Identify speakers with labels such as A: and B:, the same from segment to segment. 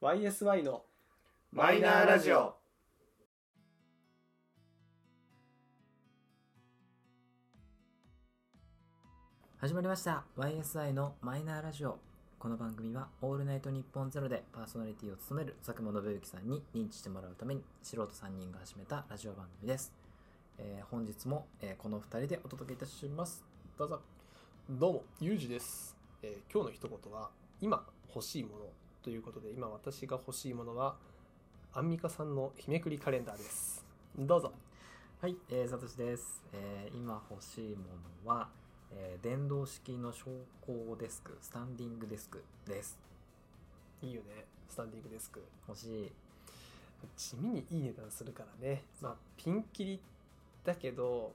A: YSY の
B: マイナーラジオ。
C: 始まりました YSI のマイナーラジオこの番組は「オールナイトニッポンゼロでパーソナリティを務める佐久間信之さんに認知してもらうために素人3人が始めたラジオ番組です、えー本日も、えーこの2人でお届けいたしますどうぞ
D: どうも、ゆうじです、えー今日の一言は、今欲しいものということで、今私が欲しいものは、アンミカさんの日めくりカレンダーです。どうぞ。
C: はい、えー、さとしです、えー今欲しいものは、えー電動式の昇降デスクスタンディングデスクです
D: いいよね、スタンディングデスク。
C: 欲しい
D: 地味にいい値段するからね。まあ、ピンキリだけど、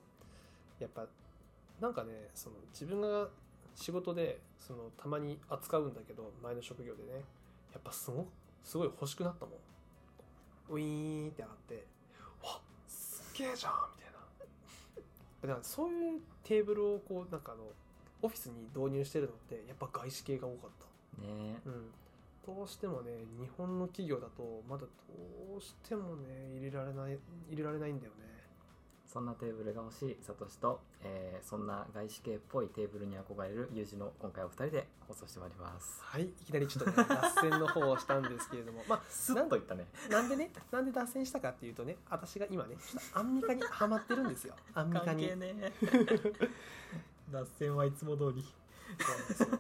D: やっぱ、なんかね、その自分が仕事で、そのたまに扱うんだけど、前の職業でね、やっぱすごすごい欲しくなったもん。ウィーンって上がって、わすっげえじゃんみたいな。だからそういうテーブルをこう、なんかあの、オフィスに導入してるのって、やっぱ外資系が多かった。
C: ね
D: うん、どうしてもね日本の企業だとまだどうしてもね入れられない入れられないんだよね
C: そんなテーブルが欲しいサトシと、えーそんな外資系っぽいテーブルに憧れる友人の今回お二人で放送してまいります。
D: はいいきなりちょっとね 脱線の方をしたんですけれどもまあ
C: スッといったね。
D: なんでねなんで脱線したかっていうとね私が今ねちょっとアンミカにハマってるんですよアンミカ
C: 関
D: に
C: 係ねえ。脱線はいつも通り。
D: そうそう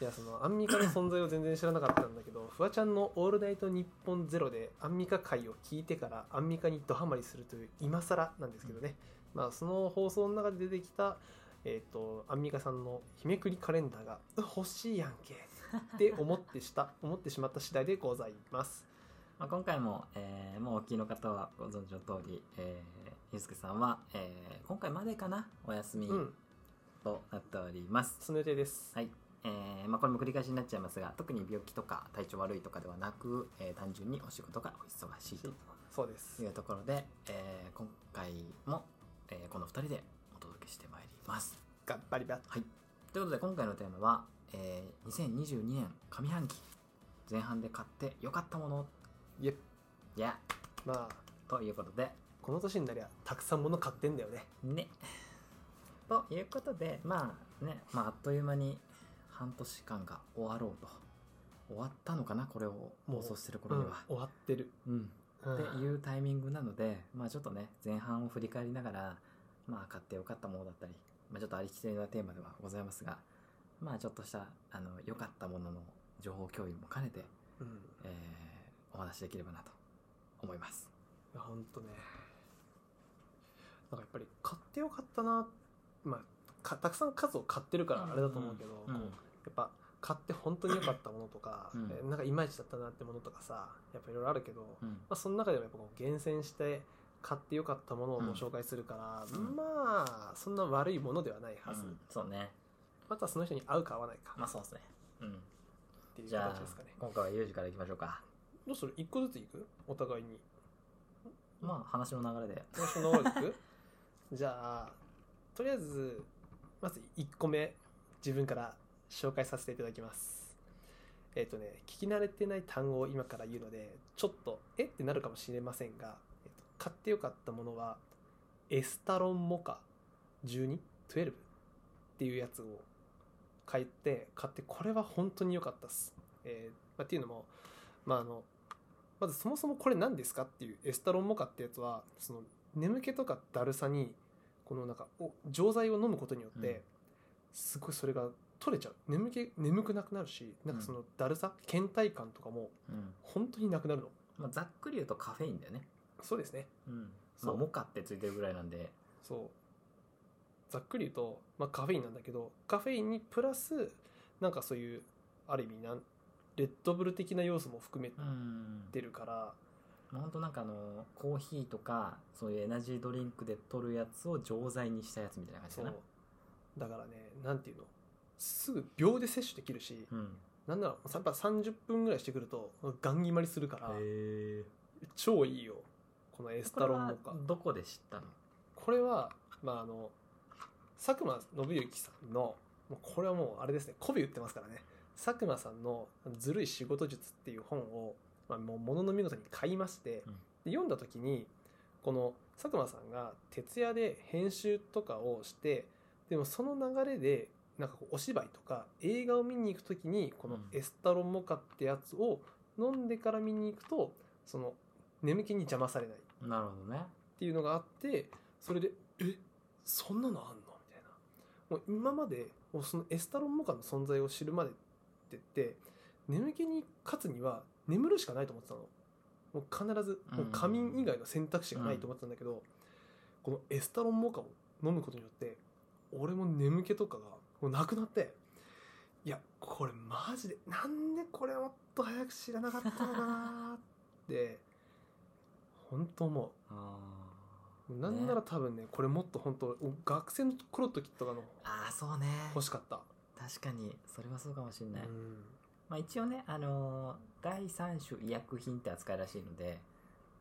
D: いやそのアンミカの存在を全然知らなかったんだけどフワちゃんの「オールナイトニッポンゼロでアンミカ会を聞いてからアンミカにドハマりするという今更なんですけどね、まあ、その放送の中で出てきた、えー、とアンミカさんの日めくりカレンダーがう欲しいやんけって思ってした 思ってしまった次第でございます。
C: まあ、今回も、えーもうお聞きの方はご存知の通り、えー、ゆうすけさんは、えー今回までかなお休み
D: うん、
C: となっております。
D: その予定です。
C: はい、えーまあ、これも繰り返しになっちゃいますが特に病気とか体調悪いとかではなく、えー単純にお仕事がお忙しいと
D: そうです
C: とい。うところで、えー今回も、えーこの2人でお届けしてまいります。
D: 頑張りば。
C: ということで今回のテーマは、えー2022年上半期前半で買って良かったもの
D: いえ
C: いや
D: まあ
C: ということで
D: この年になりゃたくさん物買ってんだよね。
C: ね。 ということでまあね、まあ、あっという間に半年間が終わろうと終わったのかなこれを
D: も
C: 放
D: う
C: 送してる
D: う
C: 頃に
D: ん
C: は。、
D: 終わってる。
C: うん
D: うん
C: っていうタイミングなので、まあ、ちょっとね前半を振り返りながら、まあ、買ってよかったものだったり、まあ、ちょっとありきたりなテーマではございますが、まあ、ちょっとしたあの良かったものの情報共有も兼ねて、
D: うん
C: えーお話しできればなと思います。
D: いやほんとねなんかやっぱり買ってよかったなまあかたくさん数を買ってるからあれだと思うけど、
C: う
D: こ
C: ん
D: うやっぱ買って本当によかったものとか、
C: うん
D: えなんかいまいちだったなってものとかさやっぱいろいろあるけど、ま
C: うん
D: あ、その中でもやっぱこう厳選して買ってよかったものをご紹介するから、
C: うん
D: まあそんな悪いものではないはず、
C: うんそうね
D: またその人に合うか合わないか
C: まあそうですね、うん、
D: っていう
C: じゃ
D: 形
C: あ
D: ですかね
C: 今回はユージからいきましょうか
D: どうする一個ずついくお互いに
C: まあ話の流れで
D: もうそのままでいく じゃあとりあえずまず1個目自分から紹介させていただきますえっ、とね聞き慣れてない単語を今から言うのでちょっとえってなるかもしれませんが、えっと買ってよかったものはエスタロンモカ1212っていうやつを買って買ってこれは本当に良かったっす、えーまあ、っていうのもまああのまずそもそもこれ何ですかっていうエスタロンモカってやつはその眠気とかだるさにこのなんかお錠剤を飲むことによって、
C: うん
D: すごいそれが取れちゃう眠気眠くなくなるしなんかそのだるさ倦怠感とかも
C: うん
D: 本当になくなるの
C: まあ、ざっくり言うとカフェインだよね、
D: そうですね
C: うんま
D: そ
C: あ、
D: う
C: モカってついてるぐらいなんで
D: そうざっくり言うと、まあ、カフェインなんだけどカフェインにプラスなんかそういうある意味なんレッドブル的な要素も含め
C: うん
D: てるから、
C: まあ、本当なんかあのコーヒーとかそういうエナジードリンクで取るやつを錠剤にしたやつみたいな感じ
D: そ
C: か
D: う
C: な
D: だからねなんていうのすぐ秒で摂取できるし、
C: うん
D: なんならやっぱ30分ぐらいしてくるとガン決まりするから
C: へえ
D: 超いいよこのエスタロンモカ
C: どこで知ったの
D: これは、まあ、あの佐久間信之さんのもうこれはもうあれですね媚び売ってますからね佐久間さんの「ずるい仕事術」っていう本をまあ、もうものの見事に買いまして、
C: うん
D: で読んだ時にこの佐久間さんが徹夜で編集とかをしてでもその流れでなんかこうお芝居とか映画を見に行く時にこ
C: う
D: の
C: ん
D: エスタロンモカってやつを飲んでから見に行くとその眠気に邪魔されないっ
C: なるほどね。
D: ていうのがあってそれで「えそんなのあんの?」みたいなもう今までもうそのエスタロンモカの存在を知るまでってって眠気に勝つには眠るしかないと思ってたのもう必ずもう仮眠以外の選択肢がないと思ってたんだけど、このエスタロンモカを飲むことによって俺も眠気とかがもうなくなっていやこれマジでなんでこれもっと早く知らなかったのかなーって本当思う
C: あ
D: なんなら多分ねこれもっと本当学生の頃の時とかの
C: あー、そうね。
D: 欲しかった、
C: 確かに、それはそうかもしれない。
D: うん
C: まあ、一応ね、あのー第3種医薬品って扱いらしいので、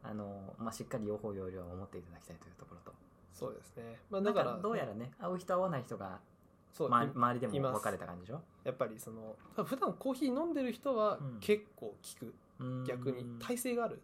C: あのーまあ、しっかり用法用量を守っていただきたいというところと。
D: そうですねまあだ
C: だか
D: から
C: ら、どうやらね、会う人会わない人が、
D: そう、
C: ま、
D: い
C: 周りで
D: いま
C: も
D: す
C: 分かれた感じでしょ
D: やっぱりその普段コーヒー飲んでる人は
C: うん
D: 結構効く、
C: うーん
D: 逆に耐性がある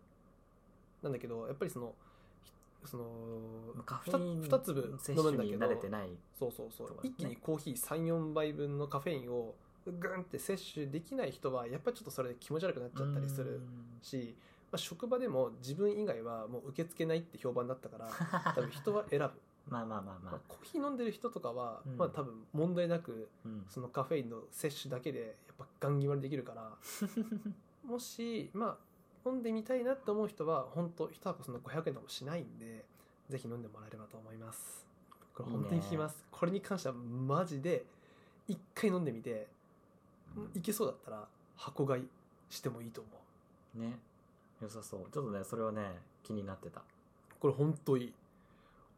D: なんだけどやっぱりそのひその
C: カフェイン
D: 2粒
C: 摂
D: 飲むん
C: 取
D: だ
C: に
D: け
C: 慣
D: ど
C: れてない。
D: そうそうそう、
C: とかね
D: 一気にコーヒー34杯分のカフェインをグンって摂取できない人はやっぱりちょっとそれで気持ち悪くなっちゃったりす
C: うー
D: る
C: ん
D: し、まあ、職場でも自分以外はもう受け付けないって評判だったから 多分人は選ぶ、
C: まあまあまあま
D: まあ
C: あ。
D: コーヒー飲んでる人とかは、
C: うん
D: まあ、多分問題なく
C: うん
D: そのカフェインの摂取だけでやっぱガン決まりできるから もしまあ飲んでみたいなって思う人は本当一箱その500円とかもしないんでぜひ飲んでもらえればと思いますこれ本当に効きますこれに関してはマジで一回飲んでみていけそうだったら箱買いしてもいいと思う
C: ね。良さそう。ちょっとね、それはね、気になってた。
D: これ本当いい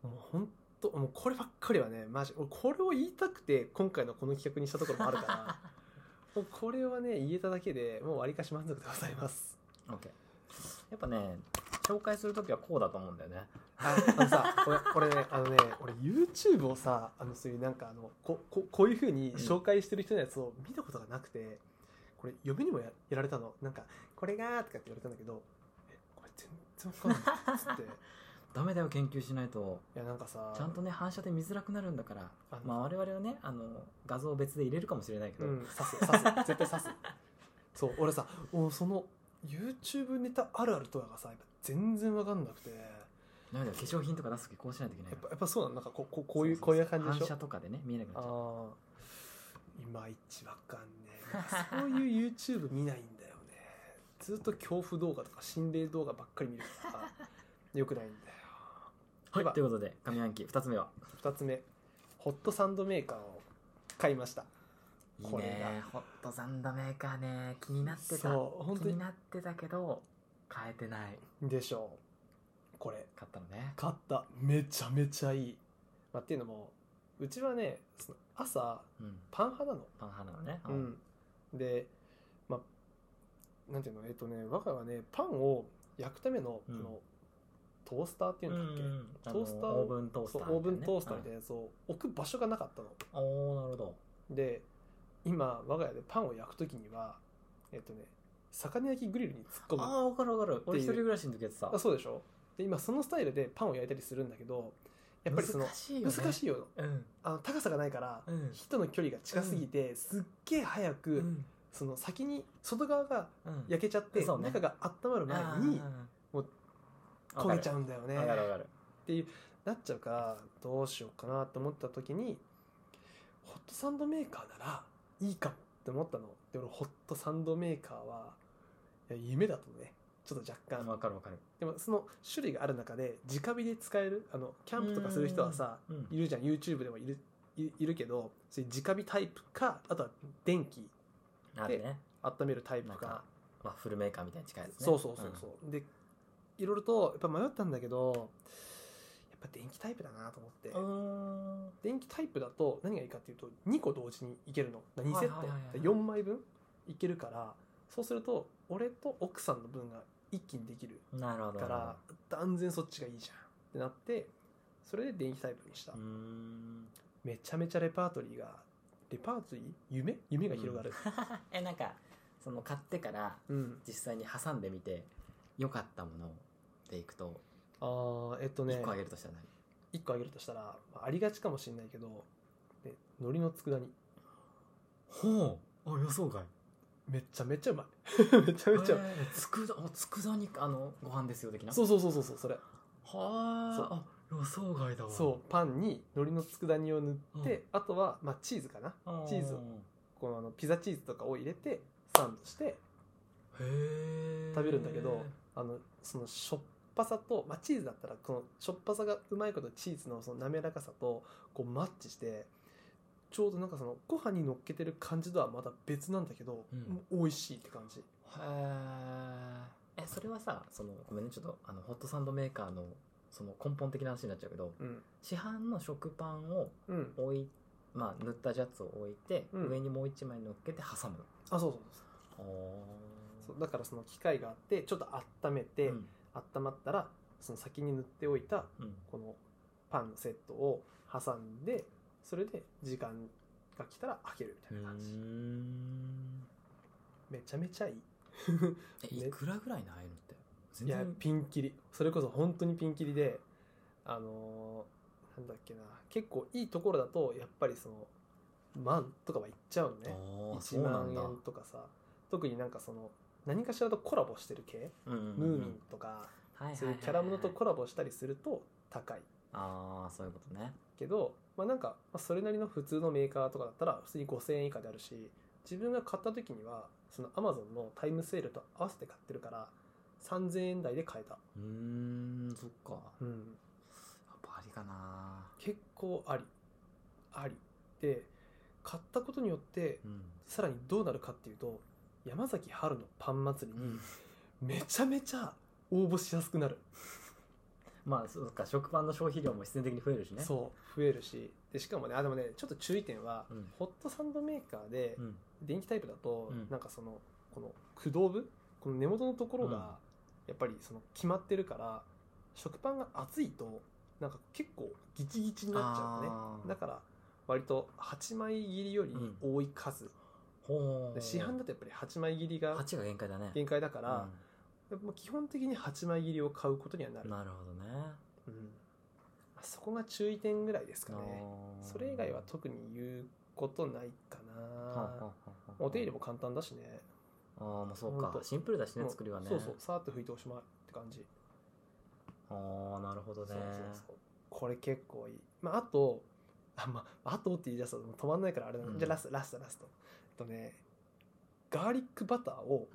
D: もう本当もうこればっかりはねマジ俺これを言いたくて今回のこの企画にしたところもあるから もうこれはね言えただけでもうわりかし満足でございます
C: OK。やっぱね、紹介するときはこうだと思うんだよね。
D: ああのさ俺俺ねあのね俺 YouTube をさあのそういうなんかあのこここういう風に紹介してる人のやつを見たことがなくて、これ嫁にもややられたのなんか「これが」とかって言われたんだけど「えこれ全然わかんない」っつ ってい
C: ダメだよ、研究しないと。
D: やなんかさ
C: ちゃんとね、反射で見づらくなるんだから。
D: あの
C: まあ、我々はね、あの、画像を別で入れるかもしれないけど。
D: うん、刺す刺す絶対刺 すそう俺さおその YouTube ネタあるあるとかがさやっぱ全然わかんなくてや
C: ダメだよ、化粧品とか出すときこうしないといけない
D: っ
C: か
D: ぱ
C: ら。
D: やっぱそうなのなんかこうこうこういう
C: そ
D: こ
C: そ
D: い
C: うそう
D: 感じで
C: 反
D: しょ
C: 射とかでね、見えなくなっちゃう。
D: ああいまいちわかんねえなんかそういう YouTube 見ないんだよねずっと恐怖動画とか心霊動画ばっかり見るからよくないんだよ
C: は、
D: ではい
C: ということで、上半期2つ目は。
D: 2つ目ホットサンドメーカーを買いました
C: いい
D: これが
C: ね。ホットサンドメーカーね、気になってた。
D: そう本
C: 気
D: 当
C: に
D: に
C: なってたけど、変えてない。
D: でしょうこれ
C: 買ったのね。
D: 買っためちゃめちゃいい、まあ、っていうのもうちはねその朝
C: うん。
D: パン派なの、
C: パン派なのね。う
D: うんでまあなんていうのえっ、とね我がはねパンを焼くための,、
C: うん
D: のトースターっていうんだっけ、
C: あの
D: トースター
C: オーブントースタ
D: そう
C: ー、
D: オーブントースターみたい
C: い
D: なやつを置く場所がなかったの、
C: な、うんおーなるほど
D: で今我が家でパンを焼く時にはえっ、とね魚焼きグリルに突っ込む
C: ああー分かる分かる俺
D: っ
C: 一
D: ていう
C: 人暮らしの時やってた
D: あそうでしょで今そのスタイルでパンを焼いたりするんだけどやっぱりその
C: 難しいよ、ね、
D: 難しいよ,、
C: うん
D: あの高さがないから、
C: うん
D: 火との距離が近すぎて、すっげえ早く、
C: うん
D: その先に外側が
C: うん
D: 焼けちゃって、
C: そうね
D: 中が温まる前にもう焦げちゃ
C: う
D: うんだよね
C: 分かる分かる
D: なっちゃうからどうしようかなと思った時にホットサンドメーカーならいいかもって思ったので俺ホットサンドメーカーはいや夢だとねちょっと若干、
C: 分かる分かる
D: でもその種類がある中で直火で使えるあのキャンプとかする人はさ
C: うん
D: いるじゃん YouTube でもいるいいるけどそういう直火タイプかあとは電気
C: あるね
D: 温めるタイプ
C: なん
D: か
C: かワッフルメーカーみたいに近いですね
D: そうそうそうそう、でいろいろとやっぱ迷ったんだけどやっぱ電気タイプだなと思って、
C: うん、う
D: 電気タイプだと何がいいかっていうと2個同時にいけるの2セッ
C: はい
D: ト
C: はいはいはい
D: 4枚分いけるからそうすると俺と奥さんの分が一気にできる
C: ーんなるほど
D: から断然そっちがいいじゃんってなってそれで電気タイプにした、
C: うーん
D: めちゃめちゃレパートリーがレパートリー夢夢が広がる、
C: えなんかそその買ってから
D: うん、
C: 実際に挟んでみて良かったものでいくと
D: あーえっとね
C: 1個あげるとしたら何、
D: 一個あげるとしたら、まあ、ありがちかもしれないけどで海苔の佃煮
C: ほうあ予想外
D: めっちゃめちゃうまい めちゃめちゃうまい、
C: えーつくだおつくだにあのご飯ですよ的な
D: そうそうそうそうそうそれそう
C: はーあ予想外だわ
D: そうパンに海苔の佃煮を塗って、あとは、まあ、チーズかな
C: あー
D: チーズをこのあのピザチーズとかを入れてサンドして
C: へえ
D: 食べるんだけどあのそのしょっぱさと、まあ、チーズだったらこのしょっぱさがうまいことチーズのその滑らかさとこうマッチしてちょうどなんかそのご飯に乗っけてる感じとはまた別なんだけど、
C: うん
D: もう美味しいって感じ
C: へーえそれはさそのごめんねちょっとあのホットサンドメーカーのその根本的な話になっちゃうけど
D: うん
C: 市販の食パンを
D: うん
C: 置いまあ塗ったやつを置いて、
D: うん
C: 上にもう一枚乗っけて挟む
D: あそうそうそう
C: お
D: そうだからその機械があってちょっと温めて、
C: うん
D: 温まったらその先に塗っておいた
C: うん
D: このパンのセットを挟んでそれで時間が来たら開けるみたいな感じ、めちゃめちゃいい
C: え
D: ね
C: いくらぐらいのああいうのって全
D: いや
C: 然
D: ピンキリそれこそ本当にピンキリであのーなんだっけな結構いいところだとやっぱりその万とかはいっちゃうのね
C: ああそ
D: 1
C: うな
D: 万
C: んだ
D: 円とかさ特になんかその何かしらとコラボしてる系、
C: ム
D: ムーミンとかそういうキャラものとコラボしたりすると高い
C: ああそういうことね
D: けど、まあ、なんかまあそれなりの普通のメーカーとかだったら普通に5000円以下であるし自分が買った時にはその Amazon のタイムセールと合わせて買ってるから3000円台で買えた、
C: うーんそっかや
D: うん、
C: っぱありかな
D: 結構ありありで買ったことによって
C: うん
D: さらにどうなるかっていうと山崎春のパン祭りにめちゃめちゃ応募しやすくなる、
C: まあそうか食パンの消費量も必然的に増えるしねう
D: そう増えるしでしかもねあでもねちょっと注意点は、
C: うん
D: ホットサンドメーカーで、
C: うん
D: 電気タイプだと、
C: うん
D: なんかそのこの駆動部この根元のところ
C: うん
D: がやっぱりその決まってるから食パンが熱いとなんか結構ギチギチになっちゃうのね
C: あー
D: だから割と8枚切りより多い数、
C: ほ
D: で市販だとやっぱり8枚切りが
C: 8が限界だね
D: 限界だから、
C: うん
D: やっぱ基本的に8枚切りを買うことにはなる、
C: なるほどね
D: うんまあそこが注意点ぐらいですかね
C: あー
D: それ以外は特に言うことないか
C: はあはあ
D: な
C: はあはあ
D: お手入れも簡単だしね
C: ああまあそう
D: ほん
C: か
D: と
C: シンプルだしね作りはね
D: そうそうさーっと拭いておしまいって感じ
C: ああなるほどね
D: そうそうそうこれ結構いいまああとあ,、まあ、あとって言い出すと止まんないからあれなの、
C: うん
D: じゃあラストラストラストえっとねガーリックバターを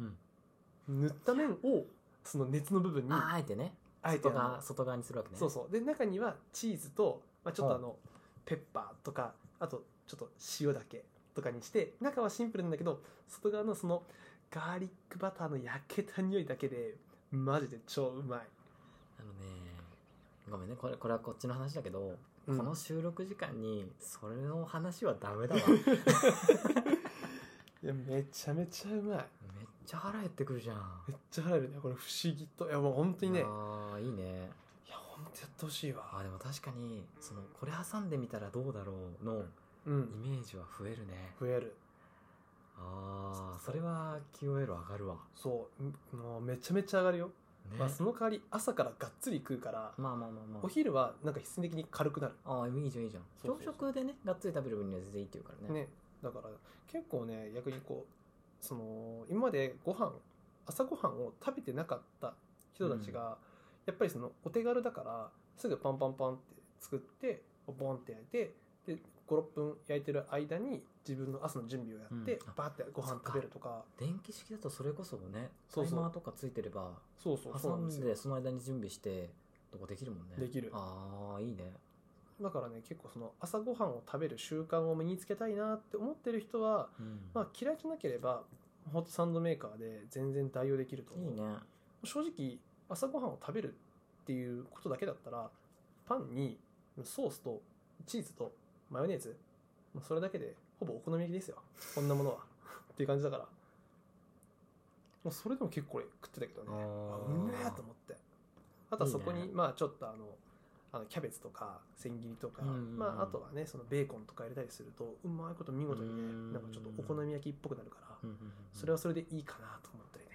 C: うん
D: 塗った面をその熱の部分に
C: あー
D: あ
C: あえてね
D: えてや
C: 外
D: るの
C: 側外側にするわけね
D: そうそうで中にはチーズと、まあ、ちょっとあのペッパーとかあとちょっと塩だけとかにして中はシンプルなんだけど外側のそのガーリックバターの焼けた匂いだけでマジで超うまい
C: あのねごめんねこれこれはこっちの話だけど、
D: うん
C: この収録時間にそれの話はダ メだわ
D: いやめちゃめちゃうまい
C: めっちゃ腹減ってくるじゃん
D: めっちゃ腹減るねこれ不思議といやもう本当にねいや
C: ああいいね
D: 本当やってほしい
C: あ
D: わ
C: ーでも確かにそのこれ挟んでみたらどうだろうの
D: う
C: イ
D: ん
C: メージは増えるね
D: 増える
C: ああそれは QOL 上がるわ
D: そううんもうめちゃめちゃ上がるよ、
C: ね
D: まあ、その代わり朝からがっつり食うから
C: まあまあまあまあ
D: お昼はなんか必然的に軽くなる
C: ああいいじゃんいいじゃん
D: そうそうそう
C: 朝食でねがっつり食べる分には全然いいって言うからね
D: ねだから結構ね逆にこうその今までご飯朝ごはんを食べてなかった人たちが、やっぱりそのお手軽だからすぐパンパンパンって作ってボンって焼いてで56分焼いてる間に自分の朝の準備をやって、
C: うんあ
D: バーってご飯食べるとか
C: 電気式だとそれこそね
D: そうそう
C: タイマーとかついてれば
D: そうそうそう
C: 挟
D: なん
C: ん
D: ですよ
C: でその間に準備してとかできるもんね
D: できる
C: ああいいね
D: だからね結構その朝ごはんを食べる習慣を身につけたいなって思ってる人は、
C: うん
D: まあ、嫌いじゃなければホットサンドメーカーで全然代用できると思う
C: いいね
D: 正直朝ごはんを食べるっていうことだけだったらパンにソースとチーズとマヨネーズもうそれだけでほぼお好み焼きですよこんなものは っていう感じだからもうそれでも結構これ食ってたけどね
C: あー
D: うめえと思ってあとはそこに
C: いいね
D: まあちょっとあのあのキャベツとか千切りとか、
C: うんうんうん
D: まあ、あとはねそのベーコンとか入れたりするとうまいこと見事に
C: う
D: ね
C: ん
D: なんかちょっとお好み焼きっぽくなるから
C: うんうんうん
D: それはそれでいいかなと思ったりね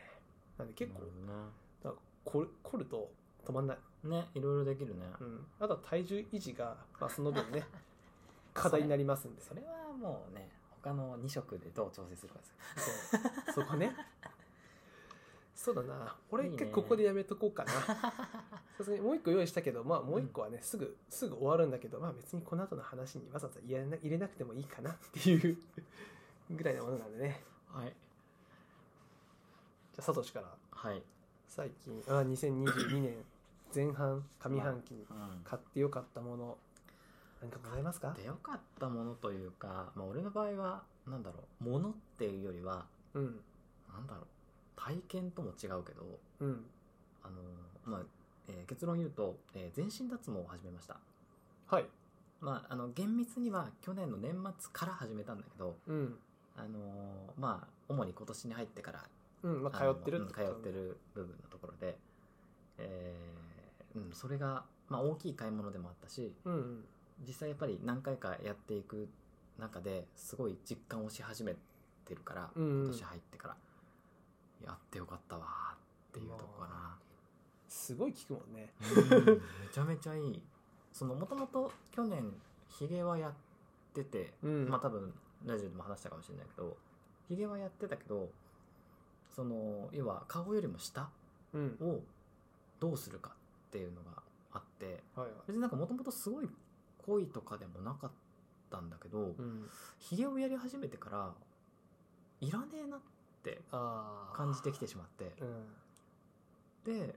D: なんで結構
C: なるほどね
D: だから凝る凝ると止まんない、
C: ねいろいろできるね、
D: うん、あとは体重維持が、まあ、その分ね課題になりますんで
C: それはもうね他の2色でどう調整するかですよ
D: そうそこねそうだな俺
C: いいね
D: 一回ここでやめとこうかなさすがにもう一個用意したけどまあもう一個はね、すぐすぐ終わるんだけどまあ別にこの後の話にわざわざ入れな入れなくてもいいかなっていう ぐらいのものなんでね
C: はい
D: じゃあサトシから
C: はい、
D: 最近あ2022年前半上半期に
C: うん、
D: 買ってよかったもの何かございますか
C: でよかったものというか、まあ、俺の場合はなんだろうものっていうよりは
D: うん
C: なんだろう体験とも違うけど
D: うん
C: あの、まあえー結論言うと、えー全身脱毛を始めました、
D: はい
C: まあ、あの厳密には去年の年末から始めたんだけど、
D: うん
C: あのーまあ、主に今年に入ってから
D: うんまあ通
C: あの
D: ってる
C: うん通ってる部分のところで、えーうん、それが、まあ、大きい買い物でもあったし
D: うんうん
C: 実際やっぱり何回かやっていく中ですごい実感をし始めてるから、
D: うんうん
C: 今年入ってからやってよかったわーっていうとこかな、
D: すごい聞くもんね
C: うんめちゃめちゃいいそのもともと去年ヒゲはやってて、
D: うん
C: まあ多分ラジオでも話したかもしれないけどヒゲはやってたけどその要は顔よりも下
D: うん
C: をどうするかっていうのがあって
D: はいはい
C: 別になんかもともとすごい濃いとかでもなかったんだけど
D: うん
C: ヒゲをやり始めてからいらねえなって
D: あー
C: 感じてきてしまって
D: うん
C: で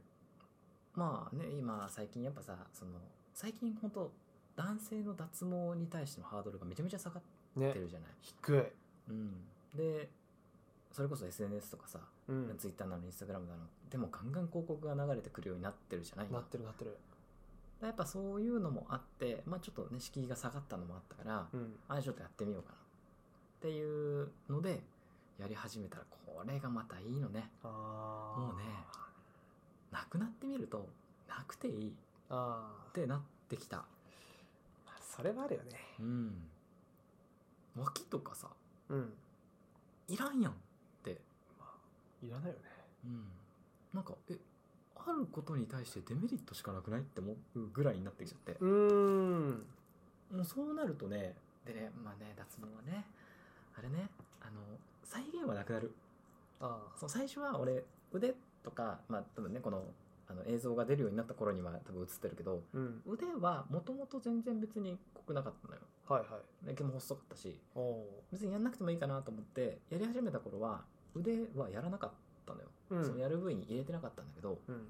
C: まあね今最近やっぱさその最近本当男性の脱毛に対してのハードルがめちゃめちゃ下がって
D: ね
C: るじゃない、
D: 低い
C: うん、でそれこそ SNS とかさ、
D: うん
C: ツイッターなのインスタグラムなのでもガンガン広告が流れてくるようになってるじゃない
D: なってるなってる
C: やっぱそういうのもあって、まあ、ちょっとね敷居が下がったのもあったから、
D: うん
C: あれちょっとやってみようかなっていうのでやり始めたらこれがまたいいのね
D: ああ
C: もうねなくなってみるとなくていいっ
D: ああ
C: てなってきた
D: それはあるよね
C: うん脇とかさ
D: うん
C: いらんやんって
D: いらないよね
C: うんなんかえあることに対してデメリットしかなくないって思うぐらいになってきちゃって
D: うーん
C: もうそうなるとねでねまあね脱毛はねあれねあの再現はなくなる
D: あ
C: その最初は俺腕とかまあ多分ねこのあの映像が出るようになった頃には多分映ってるけど
D: ーうん
C: 腕はもともと全然別に濃くなかったのよ
D: はいはい
C: で毛も細かったし
D: おお
C: 別にやんなくてもいいかなと思ってやり始めた頃は腕はやらなかったのよ、
D: う
C: その
D: ん
C: やる部位に入れてなかったんだけど
D: うん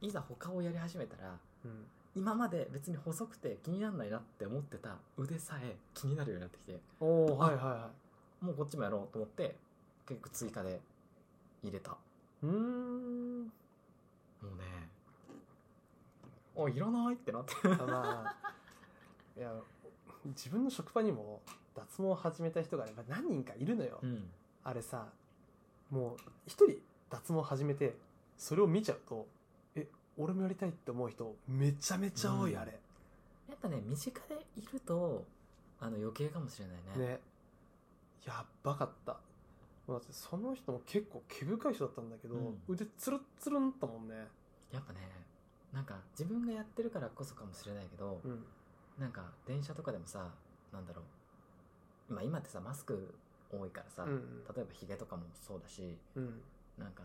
C: いざ他をやり始めたら
D: うん
C: 今まで別に細くて気にならないなって思ってた腕さえ気になるようになってきて
D: おおはいはいは
C: もうこっちもやろうと思って結構追加で入れたも
D: いうーん
C: うねあいらないってなって
D: あまあいや自分の職場にも脱毛を始めた人がやっぱ何人かいるのよ、
C: ん
D: あれさもう一人脱毛始めてそれを見ちゃうとえ俺もやりたいって思う人めちゃめちゃ多い
C: うん
D: あれ、
C: やっぱね身近でいるとあの余計かもしれないね
D: ねやばかったもうだってその人も結構毛深い人だったんだけど、
C: うん
D: 腕つるつるんだったもんね
C: やっぱねなんか自分がやってるからこそかもしれないけど、
D: うん
C: なんか電車とかでもさなんだろう、まあ、今ってさマスク多いからさ、
D: うん
C: 例えばヒゲとかもそうだし
D: うん
C: なんか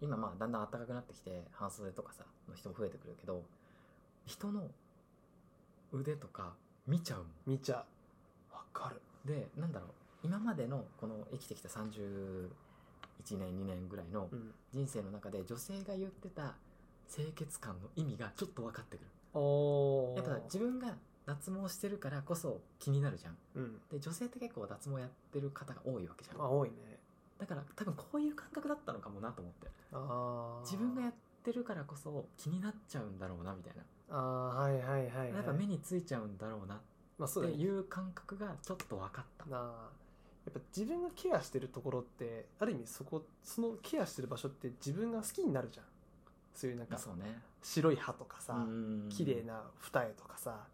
C: 今まあだんだん暖かくなってきて半袖とかさの人も増えてくるけど人の腕とか見ちゃうもん
D: 見ちゃうわかる
C: でなんだろう今までのこの生きてきた31年2年ぐらいの
D: うん
C: 人生の中で女性が言ってた清潔感の意味がちょっと分かってくる
D: お
C: やっぱ自分が脱毛してるからこそ気になるじゃん
D: うん
C: で女性って結構脱毛やってる方が多いわけじゃん
D: まあ多いね
C: だから多分こういう感覚だったのかもなと思って
D: ああ
C: 自分がやってるからこそ気になっちゃうんだろうなみたいな、
D: ああはいはいはい、はい、
C: やっぱ目についちゃうんだろうなっ
D: まあそうだ
C: て
D: ね
C: いう感覚がちょっと分かった、
D: なあやっぱ自分がケアしてるところってある意味そこそのケアしてる場所って自分が好きになるじゃんそういうなんか
C: そうね
D: 白い歯とかさ綺麗
C: な
D: な二重とかさ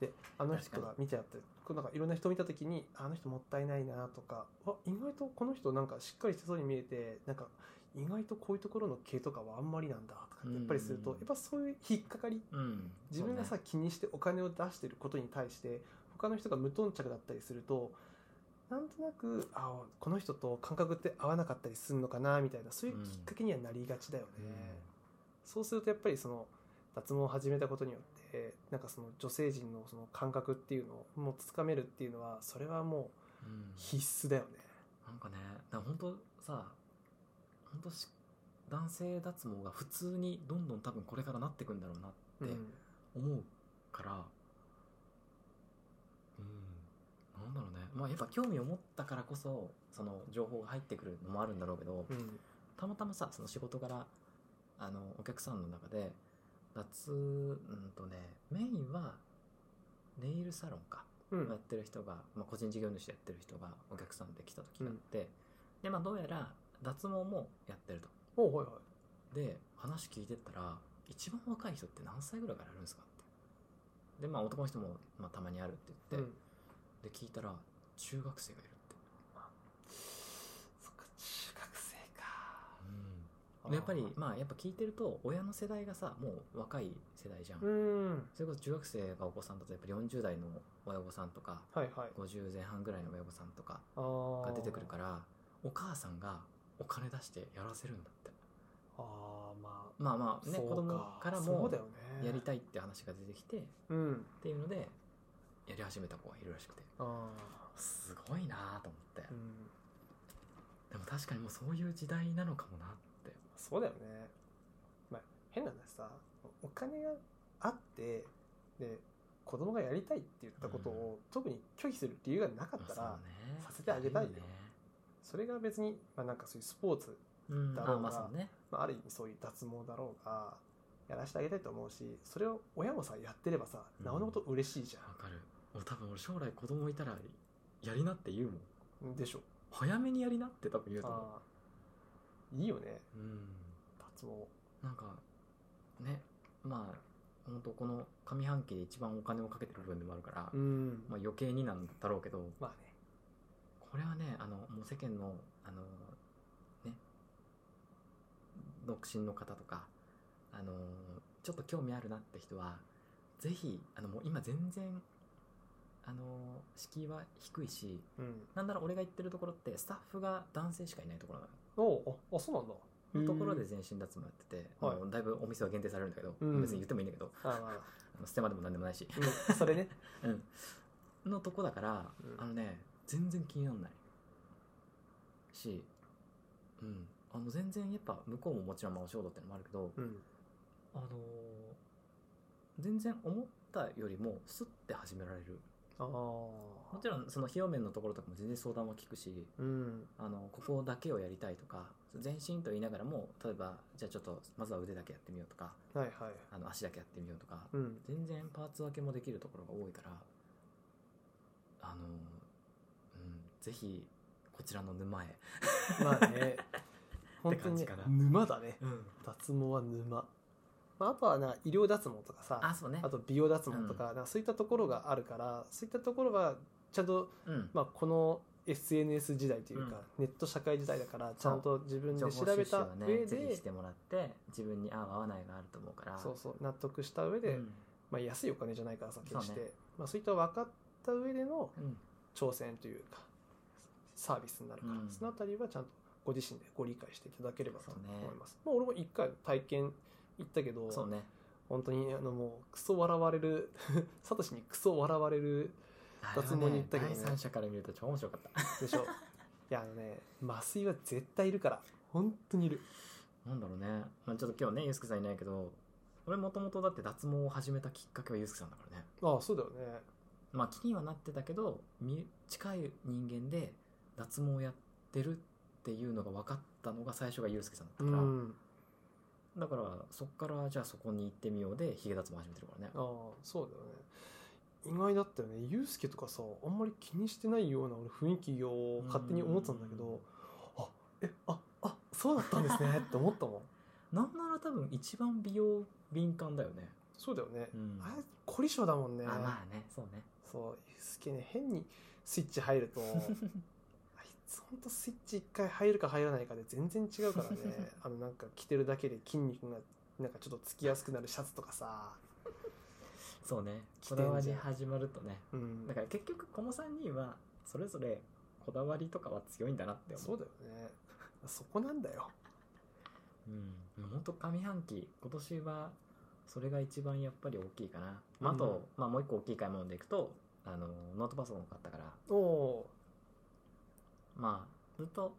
D: であの人
C: 確か
D: が見てあってこうなんかいろんな人見た時にあの人もったいないなとかあ意外とこの人なんかしっかりしてそうに見えてなんか意外とこういうところの毛とかはあんまりなんだとかってやっぱりすると
C: うん
D: やっぱそういう引っかかり
C: うん
D: 自分がさ、気にしてお金を出してることに対して他の人が無頓着だったりするとなんとなくあこの人と感覚って合わなかったりするのかなみたいなそういうきっかけにはなりがちだよね、
C: そうね
D: そうするとやっぱりその脱毛を始めたことによってなんかその女性陣のその感覚っていうのをもうつかめるっていうのはそれはも
C: うんうん
D: う必須だよね
C: なんかねだから本当さ本当し男性脱毛が普通にどんどん多分これからなってくんだろうな
D: う
C: って
D: ん
C: 思うからうんなんだろうねまあやっぱ興味を持ったからこそその情報が入ってくるのもあるんだろうけど、
D: うん
C: たまたまさその仕事からあのお客さんの中で脱うんとねメインはネイルサロンか
D: う
C: やっ
D: ん
C: てる人が、まあ、個人事業主やってる人がお客さんで来た時があって、でまあどうやら脱毛もやってると
D: おうはいはい
C: で話聞いてったら一番若い人って何歳ぐらいからやるんですかってでまあ男の人も、まあ、たまにあるって言
D: う
C: って、
D: ん
C: で聞いたら中学生がいるって、
D: そっか中学生か
C: でやっぱりまあやっぱ聞いてると親の世代がさもう若い世代じゃん、
D: うん
C: それこそ中学生がお子さんだとやっぱり40代の親御さんとか
D: はいはい
C: 50前半ぐらいの親御さんとか
D: あ
C: が出てくるかららお母さんがお金出してやらせるんだって
D: あーまあ
C: まあまあね
D: そう
C: 子供から
D: そ
C: も
D: うだよね
C: やりたいって話が出てきてっ
D: うん
C: ていうのでやり始めた子がいるらしくて
D: あ
C: すごいなぁと思って
D: ーうん
C: でも確かにもうそういう時代なのかもなって
D: そうだよね、まあ、変なんださお金があってで子供がやりたいって言ったことを特に拒否する理由がなかったら、
C: まあそうね
D: させてあげたいよ
C: ね
D: それが別に、まあ、なんかそういうスポーツ、
C: うん
D: だろ
C: まあ
D: う
C: ま
D: が
C: あそうね
D: まあ、ある意味そういう脱毛だろうがやらせてあげたいと思うしそれを親もさやってればさ
C: うん
D: なおのこと嬉しいじ
C: わかる俺多分俺将来子供いたらやりなって言うもん
D: ゃん、でしょ
C: 早めにやりなって多分言うと思
D: あーいいよね
C: ううん
D: 脱毛
C: なんかねまあ本当この上半期で一番お金をかけてる部分でもあるから、
D: うん
C: まあ、余計になんだろうけど
D: まあね
C: これはねあのもう世間のあのね独身の方とかあのちょっと興味あるなって人はぜひあのもう今全然あの敷居は低いし
D: うん
C: なんなら俺が言ってるところってスタッフが男性しかいないところなのよ
D: おうああそうなんだ
C: のところで全身脱毛やってて、
D: はい
C: もうだいぶお店は限定されるんだけど、
D: うん
C: 別に言ってもいいんだけど
D: あー、まあ
C: あのステマでも何でもないし、
D: うんそれね
C: うん、のとこだから、
D: うん
C: あのね全然気になんないし、うん、あの全然やっぱ向こうももちろんまあお仕事ってのもあるけど、
D: うん
C: あのー全然思ったよりもスッて始められる
D: ああ
C: もちろんその費用面のところとかも全然相談は聞くし
D: うん
C: あのここだけをやりたいとか全身と言いながらも例えばじゃあちょっとまずは腕だけやってみようとか
D: はいはい
C: あの足だけやってみようとか、
D: うん
C: 全然パーツ分けもできるところが多いからあのうんぜひこちらの沼へ、
D: まあね 本当
C: 感じ
D: に
C: かな
D: 沼だね
C: うん、
D: 脱毛は沼、まあ、あとはな医療脱毛とかさ
C: あそうね
D: あと美容脱毛とか,、なんかそういったところがあるからそういったところはちゃんと、
C: うん、
D: まあ、この SNS 時代というか、ネット社会時代だからちゃんと自分で
C: 情
D: 調
C: 報
D: べ
C: 収集
D: た
C: はね
D: 上
C: ぜ
D: で
C: ひしてもらって自分に合う合わないがあると思うから
D: そうそう納得した上で、
C: うん
D: まあ、安いお金じゃないからさ決して
C: そ,、
D: そうまあ、そういった分かった上での
C: うん
D: 挑戦というかサービスになるから、
C: うん
D: そのあたりはちゃんとご自身でご理解していただければと
C: そうね
D: 思います、まあ、俺も一回体験行ったけど
C: そうね
D: 本当にあのもうクソ笑われる サトシにクソ笑われる脱毛に行ったけどね
C: あれは第三者から見ると超面白かった
D: でし ょいやあのね麻酔は絶対いるから本当にいる
C: なんだろうね、まあ、ちょっと今日ねユースケさんいないけど俺もともとだって脱毛を始めたきっかけはユースケさんだからね
D: ああそうだよね
C: まあ気にはなってたけどみ近い人間で脱毛をやってるっていうのが分かったのが最初がユースケさんだった
D: う
C: から、
D: ん
C: だからそっからじゃあそこに行ってみようでヒゲ脱毛始めてるからね
D: ああそうだよね意外だったよねユうスケとかさあんまり気にしてないような俺雰囲気を勝手に思ってたんだけど、あえああそうだったんですねって思ったもん
C: なんなら多分一番美容敏感だよね、
D: そうだよね
C: う。ん、
D: あれ、凝り性だもんね。
C: あまあねそうね
D: そう、ユースケね、変にスイッチ入ると、あいつほんとスイッチ一回入るか入らないかで全然違う からね。あの、なんか着てるだけで筋肉が、なんかちょっとつきやすくなるシャツとかさ。
C: そうね
D: 来て
C: こ
D: んじ
C: だ
D: ゃん
C: わり始まるとね
D: うん。
C: だから結局この3人はそれぞれこだわりとかは強いんだなって思
D: そううだよね。そこなんだよ。
C: うん、本当上半期今年はそれが一番やっぱり大きいかな、まあ、あと、まあ、もう一個大きい買い物でいくとあのノートパソコンを買ったから
D: おお
C: まあずっと、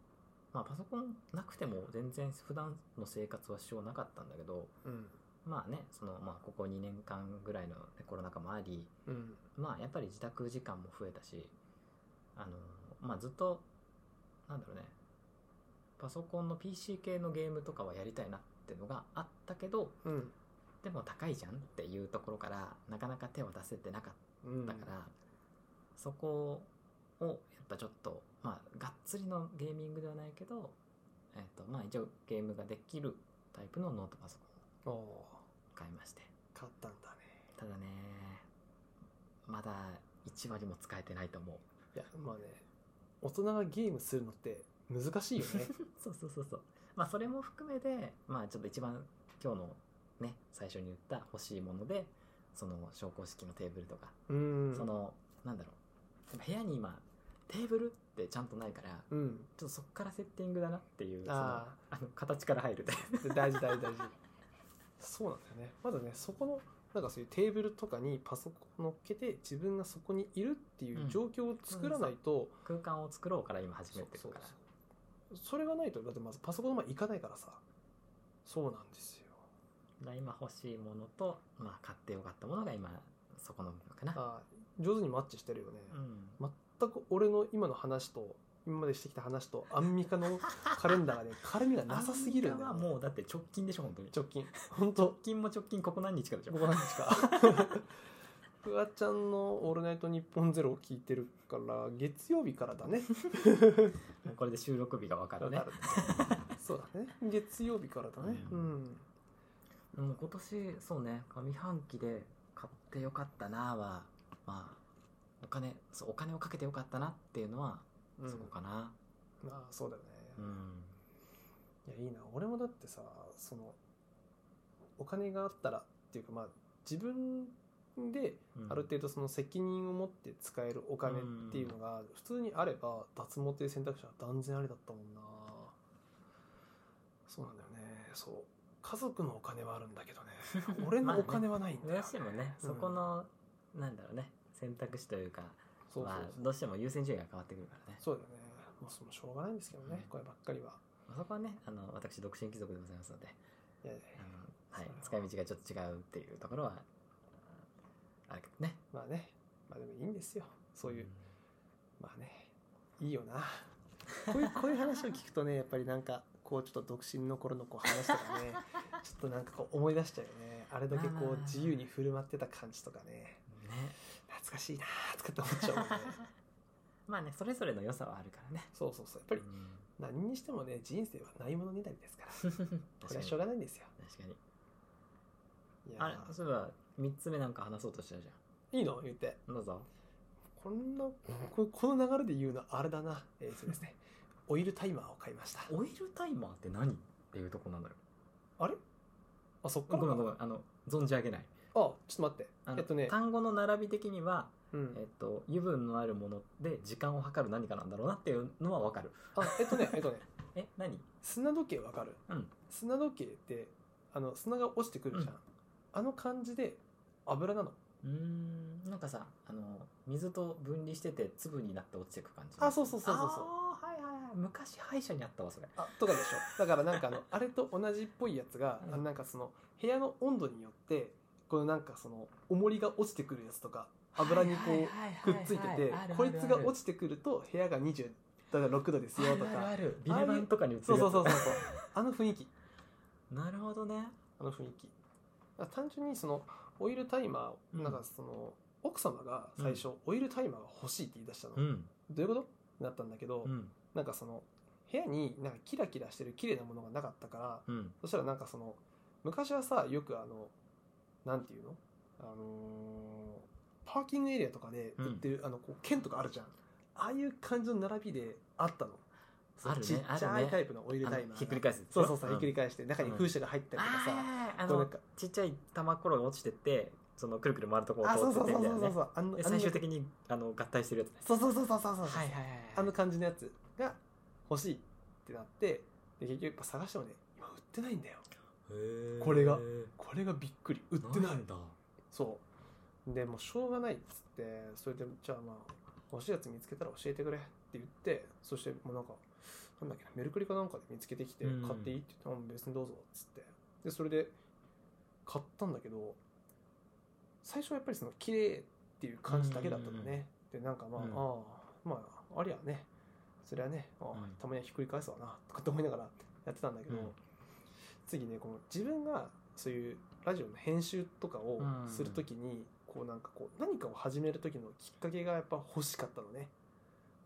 C: まあ、パソコンなくても全然普段の生活は支障なかったんだけど
D: ー。うん。
C: まあねその、まあ、ここ2年間ぐらいのコロナ禍もあり
D: うん。
C: まあやっぱり自宅時間も増えたしあのまあずっとなんだろうねパソコンの PC 系のゲームとかはやりたいなってのがあったけど
D: うん。
C: でも高いじゃんっていうところからなかなか手を出せてなかっ
D: うん。
C: たから、そこをやっぱちょっとまあがっつりのゲーミングではないけど、えっとまあ、一応ゲームができるタイプのノートパソコンを
D: おお
C: 買いまして
D: ー。買ったんだね。
C: ただねまだ1割も使えてないと思う
D: いや、まあね、大人がゲームするのって難しいよ ね。
C: そうそうそうそうまあそれも含めてまあちょっと一番今日のね最初に言った欲しいものでその昇降式のテーブルとか、
D: うん。
C: そのなんだろうやっぱ部屋に今テーブルってちゃんとないからち
D: うん。
C: ょっとそっからセッティングだなっていうそのあ
D: あ
C: の形から入る
D: あ、大事大事大事。そうなんだよね。まずね、そこの、なんかそういうテーブルとかにパソコン乗っけて自分がそこにいるっていう状況を作らないと、
C: 空間を作ろうから今始めて
D: そ
C: る
D: う
C: から
D: そうそれがないと、だってまずパソコンの前行かないからさ。そうなんですよ。
C: だから今欲しいものと、まあ、買ってよかったものが今そこの部分かな
D: ああ、上手にマッチしてるよね。
C: うん
D: 全く俺の今の話と、今までしてきた話とアンミカのカレン ダーがね、絡みがなさすぎるんだよ、
C: ア
D: ね
C: メリ。カはもうだって直近でしょ本当に
D: 直近本当
C: 直近も直近ここ何日かでしょ
D: ここ何日か フワちゃんの「オールナイトニッポンゼロを聞いてるから月曜日からだね
C: もうこれで収録日が分かるね
D: わかるそうだね月曜日からだねう、
C: うんもう今年そうね上半期で買ってよかったなはまあお金そうお金をかけてよかったなっていうのは
D: うん
C: そこかな
D: ああそうだよね、
C: うん、
D: いやいいな俺もだってさそのお金があったらっていうかまあ自分で
C: うん
D: ある程度その責任を持って使えるお金っていうのが普通にあれば脱毛っていう選択肢は断然ありだったもんなそうなんだよねそう家族のお金はあるんだけど ね俺のお金はないんだよ、
C: どうしてもね
D: うん
C: そこの、なんだろうね選択肢というか
D: そうそう
C: まあ
D: そう
C: どうしても優先順位が変わってくるからね
D: そうだよねもうそのしょうがないんですけどね、
C: うん
D: こればっかりは
C: まあそこはねあの私独身貴族でございますので
D: いやいや
C: あの、はい
D: そう、
C: 使い道がちょっと違うっていうところはあるけどね
D: まあねまあでもいいんですよそういう、まあねいいよなこういうこういう話を聞くとねやっぱりなんかこうちょっと独身の頃のこう話とか ねちょっとなんかこう思い出しちゃうよねあれだけ
C: まあまあ
D: こ
C: ま
D: う
C: あ
D: 自由に振る舞ってた感じとかね
C: うんね
D: 懐かしいなーとかって思っちゃうもんね
C: まあねそれぞれの良さはあるからね
D: そうそうそうやっぱ
C: や
D: り何にしてもね人生はないものねだりですからこ れ
C: 確か
D: は
C: に
D: しょうがないんですよ
C: 確かに
D: いや
C: あれそういえば3つ目なんか話そうとしたじ
D: いいの言って
C: ゃんどうぞ
D: こんなここの流れで言うのはあれだなえー、そうですね オイルタイマーを買いました
C: オイルタイマーって何っていうとこなんだろ
D: あれあそっか
C: う
D: ら
C: ご
D: あ
C: めんごめんあの存じ上げない
D: ちょっと待って
C: あの、
D: えっとね、
C: 単語の並び的には、
D: うん
C: えっと、油分のあるもので時間を測る何かなんだろうなっていうのは分かる
D: あえっとねえっとね
C: え何
D: 砂時計わかる、
C: うん
D: 砂時計ってあの砂が落ちてくるじゃん、
C: うん
D: あの感じで油なの
C: うーんなんかさあの水と分離してて粒になって落ちてく感じ
D: あそうそうそうそうそう
C: あーはいはいはい昔歯医者にあったわそれ
D: あとかでしょだからなん かあのあれと同じっぽいやつが、
C: うん
D: あのなんかその部屋の温度によってこのなんかその重りが落ちてくるやつとか油にこうくっついてて、こいつが落
C: ち
D: ちてくると部屋が20だから6度ですよと
C: あるあ
D: か
C: るビレバンとかに売って
D: そ
C: る
D: う
C: やつ
D: そうそうそうそうあの雰囲気
C: なるほどね
D: あの雰囲気だから単純にそのオイルタイマー、
C: うん
D: なんかその奥様が最初、オイルタイマーが欲しいって言い出したの、
C: うん
D: どういうことになったんだけど、
C: うん
D: なんかその部屋になんかキラキラしてる綺麗なものがなかったから
C: うん
D: そしたらなんかその昔はさよくあのなんていうのあのーパーキングエリアとかで売ってる、あのこう剣とかあるじゃんああいう感じの並びであったのその
C: あるね
D: ちっち
C: あ
D: ゃ
C: る
D: い
C: ね
D: タイプのオイル
C: あ
D: タイ
C: の
D: マー
C: ひっくり
D: 返
C: 返す
D: そうそうそう、ひっくり
C: 返
D: 返して中に風車が入ったりとかさ、
C: あーあ
D: こうな
C: の
D: んか
C: ちっちゃい玉ころが落ちてってそのくるくる回るとこを
D: あそう
C: 通
D: そ
C: っ
D: う
C: て
D: そ
C: っ
D: うそうそ
C: てみたいうなね
D: そうあの
C: で最終的にあの合体してるやつね
D: そうそうそうそうそうそう、
C: はいはいはい
D: あの感じのやつが欲しいってなってで結局やっぱ探してもね今売ってないんだよこれがこれがびっくり売ってない
C: んだ
D: そうでもうしょうがないっつってそれでじゃあまあ欲しいやつ見つけたら教えてくれって言ってそしてもうなんかなんだっけなメルクリかなんかで見つけてきて
C: うん
D: 買っていいって言って、うん、別にどうぞっつってでそれで買ったんだけど最初はやっぱりその綺麗っていう感じだけだったのね、でなんかまあ、
C: うん
D: ああまあありゃねそれはねああ、
C: うん
D: たまにはひっくり返すわなとかって思いながらやってたんだけど、
C: うん
D: 次ねこの自分がそういうラジオの編集とかを
C: うん
D: するときにこうなんかこう何かを始める時のきっかけがやっぱ欲しかったのね。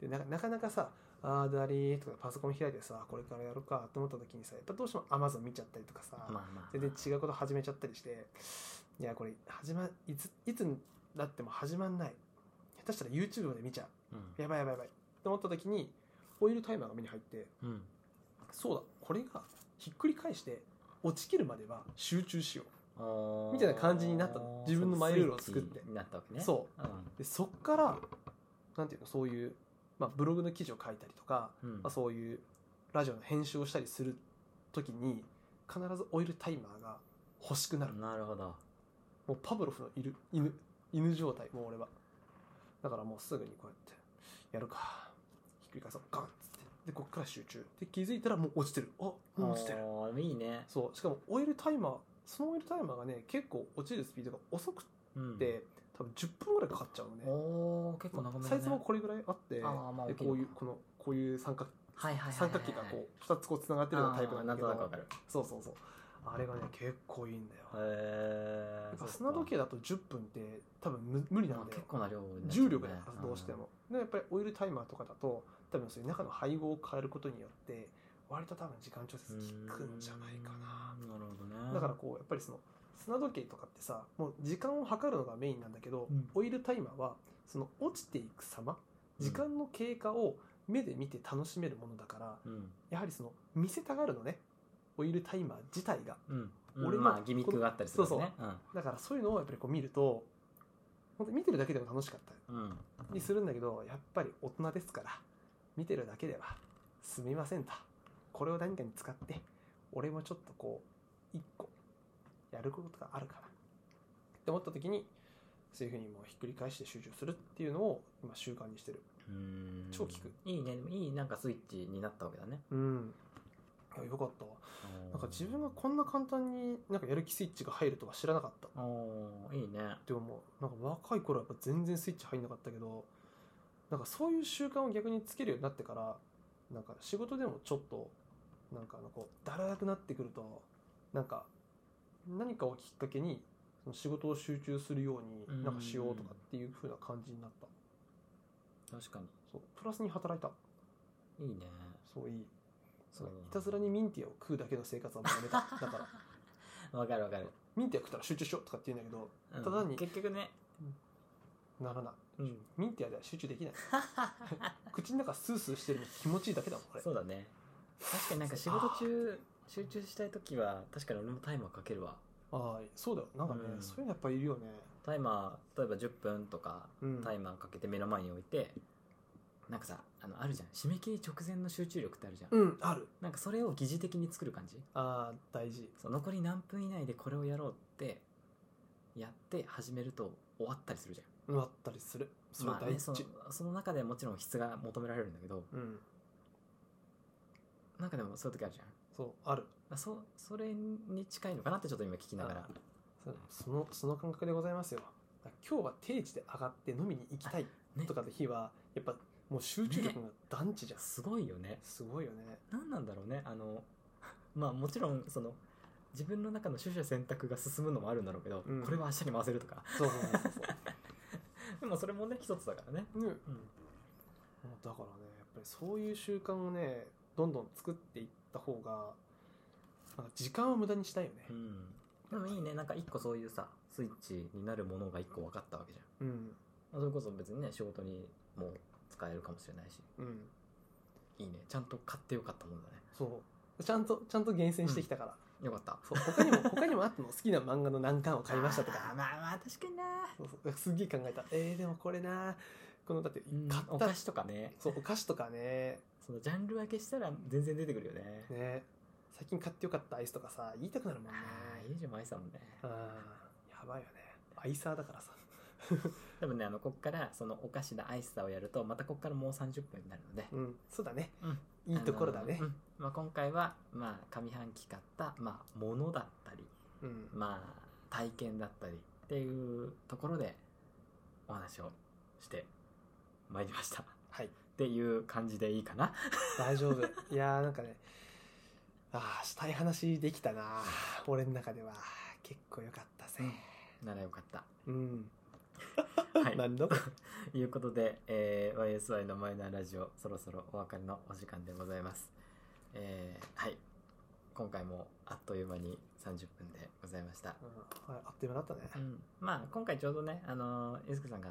D: でななかなかさ「あーだりー」とかパソコン開いてさこれからやろうかと思った時にさやっぱどうしても Amazon 見ちゃったりとかさ、
C: まあまあ
D: 全然違うこと始めちゃったりしていやこれ始まいついつになっても始まんない下手したら YouTube まで見ちゃ
C: うん
D: うやばいやばいやばいと思った時にオイルタイマーが目に入って
C: うん
D: そうだこれがひっくり返して落ちきるまでは集中しよ
C: あー
D: みたいな感じになったの自分のマイルールを作って
C: スイッチになったわけ
D: う、
C: ね、
D: そう
C: ん
D: うでそっからなんていうのそういう、まあ、ブログの記事を書いたりとか、
C: うん
D: まあ、そういうラジオの編集をしたりする時に必ずオイルタイマーが欲しくなる
C: なるほど
D: もうパブロフのいる犬犬状態もう俺はだからもうすぐにこうやってやるかひっくり返そうガンっつってでこっから集中で気づいたらもう落ちてるあもう落ちてる
C: あーいいね
D: そうしかもオイルタイマーそのオイルタイマーがね結構落ちるスピードが遅く
C: うん
D: て、多分10分ぐらいかかっちゃうのね
C: おー結構長めだね
D: サイズもこれぐらいあって
C: あーまあ
D: で
C: 大きい
D: こう
C: のか
D: いうこのこういう三角
C: はいはいはいはい
D: 三角形がこう2つこうつながってるようなタイプなんだけ
C: あ
D: ど
C: ーなんとなくわかる
D: そうそうそうあれがね結構いいんだよ
C: へえ
D: やっぱ砂時計だと10分って多分む無理なんだよ
C: 結構な量になっちゃ
D: 重
C: うね
D: 力だからどうしても、でやっぱりオイルタイマーとかだと多分そういう中の配合を変えることによって割と多分時間調節効くんじゃないかな
C: うーんなるほどね
D: だからこうやっぱりその砂時計とかってさもう時間を計るのがメインなんだけど、
C: うん
D: オイルタイマーはその落ちていく様
C: うん
D: 時間の経過を目で見て楽しめるものだから
C: うん
D: やはりその見せたがるのねオイルタイマー自体が
C: うん
D: 俺
C: 俺
D: の
C: まあギミックがあったりするよね
D: だからそういうのをやっぱりこう見ると本当に見てるだけでも楽しかった
C: うんうん
D: にするんだけどやっぱり大人ですから見てるだけではすみませんとこれを何かに使って俺もちょっとこう一個やることがあるかなって思った時にそういうふうにもうひっくり返して集中するっていうのを今習慣にしてる
C: うーん
D: 超効く
C: いいねでもいいなんかスイッチになったわけだね
D: うんいやよかったわなんか自分がこんな簡単になんかやる気スイッチが入るとは知らなかった
C: おーいいね
D: でももうなんか若い頃はやっぱ全然スイッチ入んなかったけどなんかそういう習慣を逆につけるようになってからなんか仕事でもちょっとなんかあのこうだらなくなってくるとなんか何かをきっかけにその仕事を集中するよう
C: うん
D: になんかしようとかっていう風な感じになった
C: 確かに
D: そうプラスに働いた
C: いいね
D: そういい
C: そう
D: なんかいたずらにミンティアを食うだけの生活はもうやめただから
C: わかるわかる
D: ミンティア食ったら集中しようとかって言うんだけど
C: うん
D: ただに
C: 結局ね
D: ならない
C: うん
D: ミンティアでは集中でき ない口の中スースーしてるの気持ちいいだけだもんこれ
C: そうだね確かになんか仕事中集中したい時は確かに俺もタイマーかけるわ
D: ああそうだよなんかね、
C: うん
D: そういうのやっぱいるよね、
C: タイマー例えば10分とか
D: うん、
C: タイマーかけて目の前に置いてなんかさあのあるじゃん締め切り直前の集中力ってあるじゃん、
D: うんある
C: なんかそれを疑似的に作る感じ
D: ああ大事
C: そう残り何分以内でこれをやろうってやって始めると終わったりするじゃん
D: なったりするそれ
C: まあね
D: 大事、
C: そのその中でもちろん質が求められるんだけど
D: うん
C: なんかでもそういう時あるじゃん
D: そうある
C: まあそそれに近いのかなってちょっと今聞きながら
D: そそのその感覚でございますよだから今日は定時で上がって飲みに行きたい
C: ね
D: とかの日はやっぱもう集中力が団地じゃ ん、
C: すごいよね
D: すごいよね
C: 何なんだろうねあの まあもちろんその自分の中の取捨選択が進むのもあるんだろうけど、
D: うん
C: これは明日に回せるとか
D: そうそうそうそう
C: でもそれもね一つだからね
D: そう、ね、
C: うん
D: もうだからねやっぱりそういう習慣をねどんどん作っていった方がなんか時間を無駄にしないよね
C: うんでもいいねなんか一個そういうさスイッチになるものが一個分かったわけじゃん
D: うん
C: まあそれこそ別にね仕事にも使えるかもしれないし
D: うん
C: いいねちゃんと買ってよかったもんだね
D: そうちゃんとちゃんと厳選してきたから、
C: よかった
D: そう他にも他にもあったの好きな漫画の難関を買いましたと
C: あー
D: か
C: まあまあ確かにな
D: そうそうすっげえ考えたえー、でもこれなこのだって
C: うん
D: 買
C: お
D: った
C: 菓子とかね
D: そうお菓子とかね
C: そのジャンル分けしたら全然出てくるよね
D: ね最近買ってよかったアイスとかさ言いたくなるもんね
C: ああ家路も愛さんもね
D: うんやばいよねアイサーだからさ
C: 多分ねあのこっからそのお菓子だ愛しさをやるとまたこっからもう30分になるので
D: うんそうだね
C: うん
D: いいところだね
C: あのうんまあ、今回は、まあ、上半期買った、まあ、ものだったり、
D: うん
C: まあ、体験だったりっていうところでお話をしてまいりました。っ
D: はい
C: ていう感じでいいかな。
D: 大丈夫いやーなんかねああしたい話できたな俺の中では結構よかったぜ
C: ならよかった。
D: うん、
C: はい。
D: 何度
C: ということで、えー YSY のマイナーラジオ、そろそろお別れのお時間でございます。えーはい。今回もあっという間に30分でございました。
D: うんあっという間だったね
C: うん、まあ今回ちょうどねあのーゆずくさんが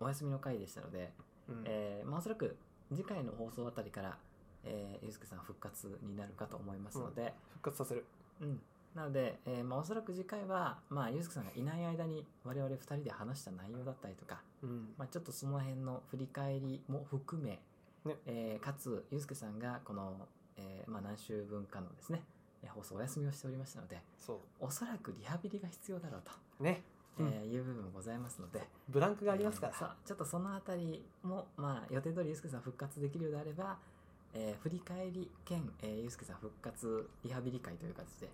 C: お休みの回でしたので、
D: うん
C: えーまあ、おそらく次回の放送あたりから、えー、ゆずくさん復活になるかと思いますので、
D: 復活させる
C: うんなので、えーまあ、おそらく次回は、まあ、ゆずくさんがいない間に我々2人で話した内容だったりとか、
D: うん
C: まあ、ちょっとその辺の振り返りも含め、
D: ね
C: えーかつゆずくさんがこの、えーまあ、何週分かのですねえー放送お休みをしておりましたので
D: そ
C: おそらくリハビリが必要だろうと。
D: うね
C: え
D: うん
C: ーいう部分もございますので、
D: ブランクがありますから
C: えーそうちょっとそのあたりも、まあ、予定通りゆうすけさん復活できるようであれば、えー振り返り兼、えー、ゆうすけさん復活リハビリ会という形で、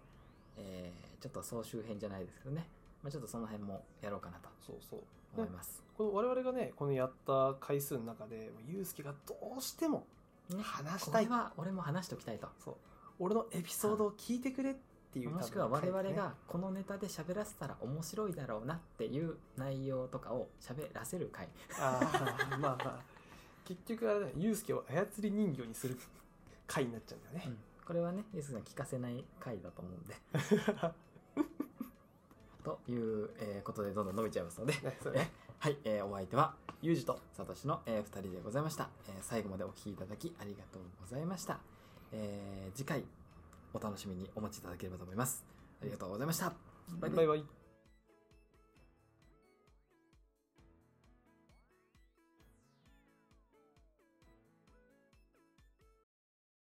C: えーちょっと総集編じゃないですけどね、まあ、ちょっとその辺もやろうかなと
D: そうそう
C: 思います、
D: この我々がねこのやった回数の中でユうスケがどうしても
C: ね
D: 話し
C: こ
D: た
C: れ
D: い
C: は俺も話しておきたいと
D: 俺のエピソードを聞いてくれっていう
C: もしくは我々がこのネタで喋らせたら面白いだろうなっていう内容とかを喋らせる会
D: ああまあまあ結局あれだねユうスケを操り人形にする回になっちゃうんだよね、
C: うんこれはね、ゆうすけさん聞かせない回だと思うん で。という、えーことでどんどん伸びちゃいますので、
D: ね、そうね。
C: はい、えーお相手は、
D: ユージと、
C: さとしの、え2人でございました、えー最後までお聞きいただきありがとうございました。えー次回、お楽しみにお待ちいただければと思います。ありがとうございました。バイバイ
D: バイバイ。